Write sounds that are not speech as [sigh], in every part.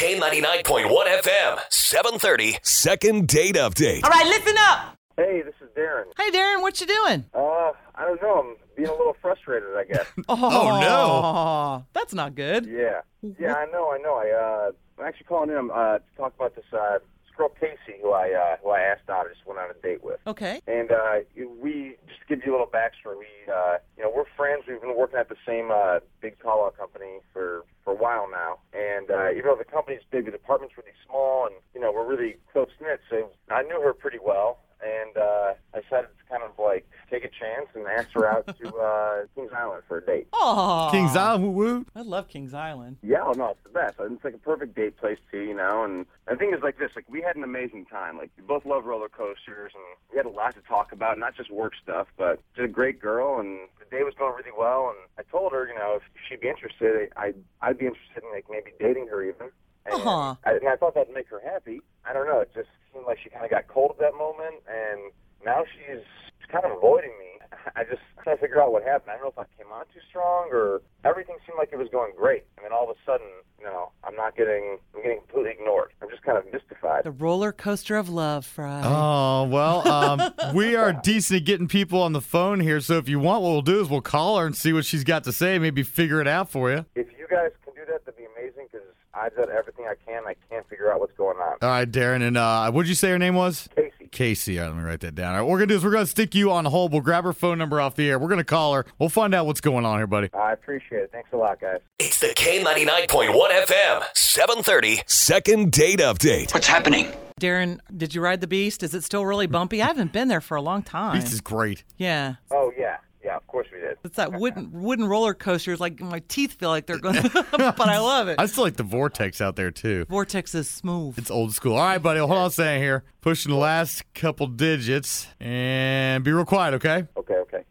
K99.1 FM, 730. Second date update. All right, listen up. Hey, this is Darren. Hey, Darren, what you doing? Uh, I don't know. I'm being a little frustrated, I guess. Oh, no. That's not good. yeah. Yeah, I know, I know. I, uh, I'm actually calling in um, uh, to talk about this, uh, this girl, Casey, who I, uh, who I asked out. I just went on a date with. Okay. And uh, we, just to give you a little backstory, we, uh, you know, we're friends. We've been working at the same uh, big call-out company for, for a while now. And uh, even though the company's big, the department's really small, and, you know, we're really close-knit, so I knew her pretty well. And uh, I decided to kind of, like, take a chance and ask her out to [laughs] uh, Kings Island for a date. Oh, Kings Island, woo woo. I love Kings Island. Yeah, oh, no, it's the best. It's like a perfect date place too, you know. And the thing is, like this, like we had an amazing time. Like we both love roller coasters, and we had a lot to talk about, not just work stuff, but she's a great girl, and the day was going really well. And I told her, you know, if she'd be interested, I I'd be interested in like maybe dating her even. And Aw. I, and I thought that'd make her happy. I don't know. It just seemed like she kind of got cold at that moment, and now she's she's kind of avoiding me. I just trying to figure out what happened. I don't know if I came on too strong or everything seemed like it was going great, and then all of a sudden, you know, I'm not getting I'm getting completely ignored. I'm just kind of mystified. The roller coaster of love, Fry. Oh, well, um, we are decent at getting people on the phone here. So if you want, what we'll do is we'll call her and see what she's got to say, maybe figure it out for you. If you guys can do that, that'd be amazing because I've done everything I can. I can't figure out what's going on. All right, Darren. And uh, what'd you say her name was? Casey. Casey. All right, let me write that down. All right, what we're going to do is we're going to stick you on hold. We'll grab her phone number off the air. We're going to call her. We'll find out what's going on here, buddy. I appreciate it. Thanks a lot, guys. It's the K99.1 FM, 730. Second date update. What's happening? Darren, did you ride the Beast? Is it still really bumpy? I haven't been there for a long time. This is great. Yeah. Oh yeah, yeah. Of course we did. It's that wooden wooden roller coaster. It's like my teeth feel like they're [laughs] going, [laughs] but I love it. I still like the vortex out there, too. Vortex is smooth. It's old school. All right, buddy. Hold on a second here. Pushing the last couple digits and be real quiet, okay? Okay, okay.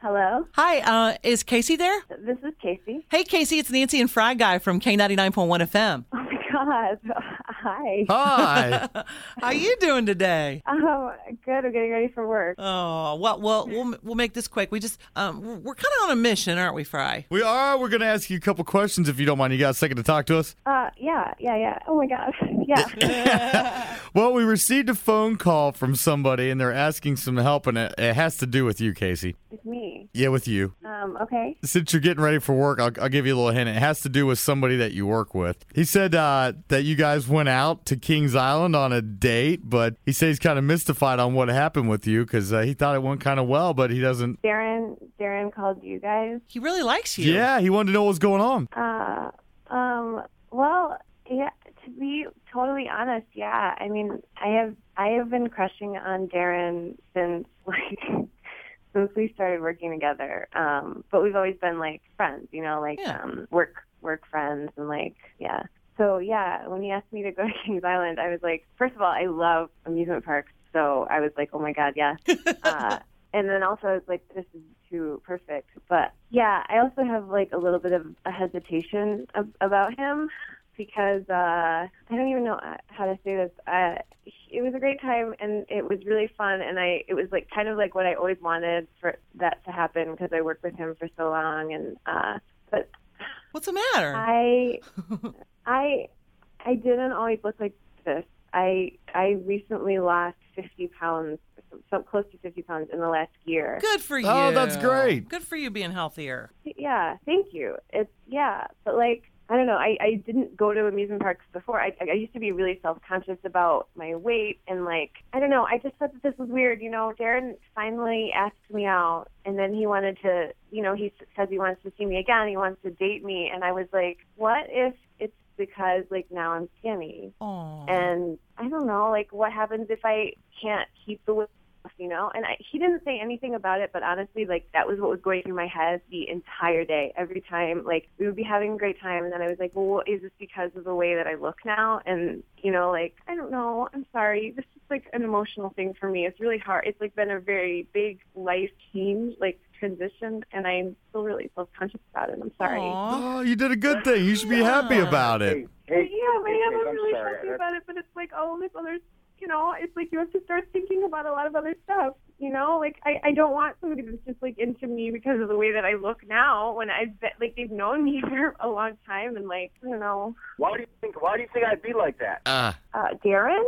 Hello, Hi, uh, is Casey there? this is Casey. [laughs] Hey, Casey, it's Nancy and Fry Guy from K99.1 FM. Oh my God, hi. Hi. How you doing today? Oh, good. I'm getting ready for work. Oh, well, well, we'll we'll make this quick. We just um, we're- we're kind of on a mission, aren't we, Fry? we are. We're going to ask you a couple questions if you don't mind. You got a second to talk to us? Uh, yeah, yeah, yeah. Oh my God, [laughs] yeah. Well, we received a phone call from somebody and they're asking some help, and it, it has to do with you, Casey. it's me. Yeah, with you. Um, okay. Since you're getting ready for work, I'll, I'll give you a little hint. It has to do with somebody that you work with. He said uh, that you guys went out to Kings Island on a date, but he said he's kind of mystified on what happened with you because uh, he thought it went kind of well, but he doesn't. Darren, Darren called you guys. He really likes you. Yeah, he wanted to know what was going on. Uh, um, well, yeah. To be totally honest, yeah. I mean, I have I have been crushing on Darren since [laughs] like since we started working together. Um, but we've always been like friends, you know, like Yeah. um, work work friends and like yeah. So yeah, when he asked me to go [laughs] to Kings Island, I was like, first of all, I love amusement parks, so I was like, oh my god, yeah. uh, and then also I was like, this is too perfect. But yeah, I also have like a little bit of a hesitation ab- about him because uh, I don't even know uh, how to say this. Uh, it was a great time and it was really fun and I it was like kind of like what I always wanted for that to happen because I worked with him for so long and uh, but What's the matter? I I I didn't always look like this. I I recently lost 50 pounds, so close to 50 pounds in the last year. Good for you. Oh, that's great. Good for you being healthier. Yeah, thank you. It's yeah, but like I don't know. I I didn't go to amusement parks before. I I used to be really self conscious about my weight and like I don't know. I just thought that this was weird. You know, Darren finally asked me out, and then he wanted to. You know, he s- says he wants to see me again. He wants to date me, and I was like, what if it's because like now I'm skinny Oh, and I don't know, like what happens if I can't keep the weight off, you know? And I, he didn't say anything about it, but honestly, like that was what was going through my head the entire day. Every time, like we would be having a great time, and then I was like, well, is this because of the way that I look now? And you know, like I don't know. I'm sorry. This is like an emotional thing for me. It's really hard. It's like been a very big life change, like transition, and I'm still really self conscious about it. I'm sorry. Aw. Oh, you did a good thing. You should be happy about it. Hey, hey, Yeah, man, hey, I'm really sorry. happy about it, but it's like all this other you know, it's like you have to start thinking about a lot of other stuff. You know, like I, I don't want somebody that's just like into me because of the way that I look now. When I've been, like they've known me [laughs] for a long time, and like I don't know, Why do you think? Why do you think I'd be like that? Uh, uh, Darren.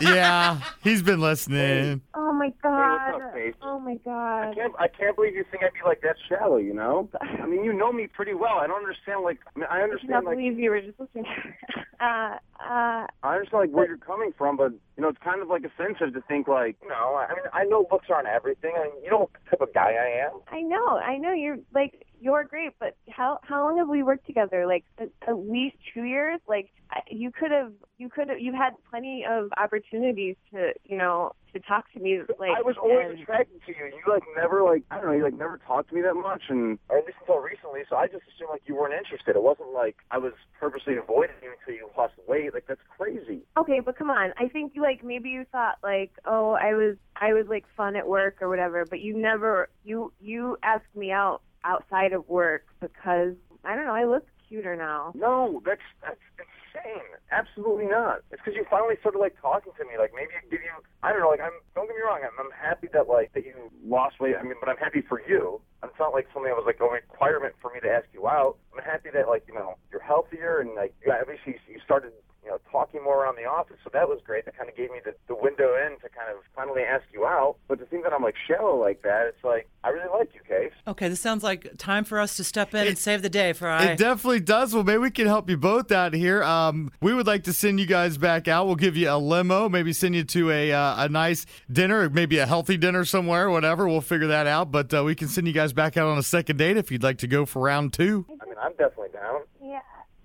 yeah, he's been listening. [laughs] Oh my what's god. up, Paige? oh my god. I can't, I can't believe you think I'd be like that shallow, you know? I mean, you know me pretty well. I don't understand, like, I, mean, I I cannot understand, like, believe you were just listening. [laughs] uh, uh, I understand, like, where you're coming from, but, you know, it's kind of, like, offensive to think, like, you know, I mean, I know looks aren't everything. I mean, you know what type of guy I am. I know, I know. You're like you're great, but how how long have we worked together? Like at, at least two years. Like I- you could have you could have you had plenty of opportunities to you know to talk to me. Like I was always and- attracted to you. You, like, never, like, I don't know, you, like, never talked to me that much, and, or at least until recently, so I just assumed, like, you weren't interested. It wasn't like I was purposely avoiding you until you lost weight. Like, that's crazy. okay, but come on. I think like maybe you thought like oh I was I was like fun at work or whatever, but you never you you asked me out outside of work because I don't know I look cuter now. No, that's that's insane. Absolutely not. It's because you finally started like talking to me. Like maybe I give you. I don't know. Like I'm. Don't get me wrong. I'm, I'm happy that like that you lost weight. I mean, but I'm happy for you. It's not like something that was like a requirement for me to ask you out. I'm happy that like you know you're healthier and like you obviously you started you know talking more around the office. So that was great. That kind of gave me the, the window in to kind of finally ask you out. But to think that I'm like shallow like that, it's like I really like you, Case. Okay, this sounds like time for us to step in and save the day for I. It definitely does. Well, maybe we can help you both out here. Um, we would like to send you guys back out. We'll give you a limo, maybe send you to a uh, a nice dinner, maybe a healthy dinner somewhere, whatever. We'll figure that out. But uh, we can send you guys back out on a second date if you'd like to go for round two. I mean, I'm definitely down. Yeah.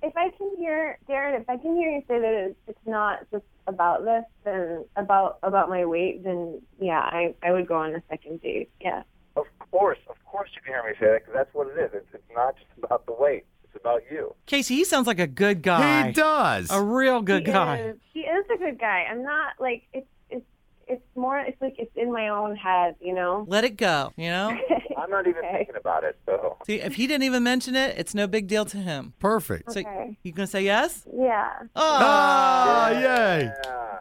If I can hear Darren, if I can hear you say that it's- it's not just about this and about about my weight, then yeah, I I would go on a second date. Yeah. Of course, of course you can hear me say that because that's what it is. It's, it's not just about the weight. It's about you. Casey, he sounds like a good guy. He does. A real good he guy. Is, he is a good guy. I'm not like it's it's it's more it's like it's in my own head, you know. Let it go, you [laughs] know? I'm not even thinking about it, so. See, if he didn't even mention it, it's no big deal to him. Perfect. So Okay. you gonna say yes? Yeah. Oh, Ah, yay!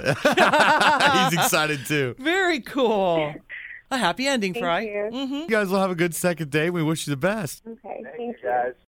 [laughs] Yeah. He's excited too. very cool. [laughs] A happy ending, Thank Fry. you. Mm-hmm. You guys will have a good second date. We wish you the best. Okay. Thank you, guys.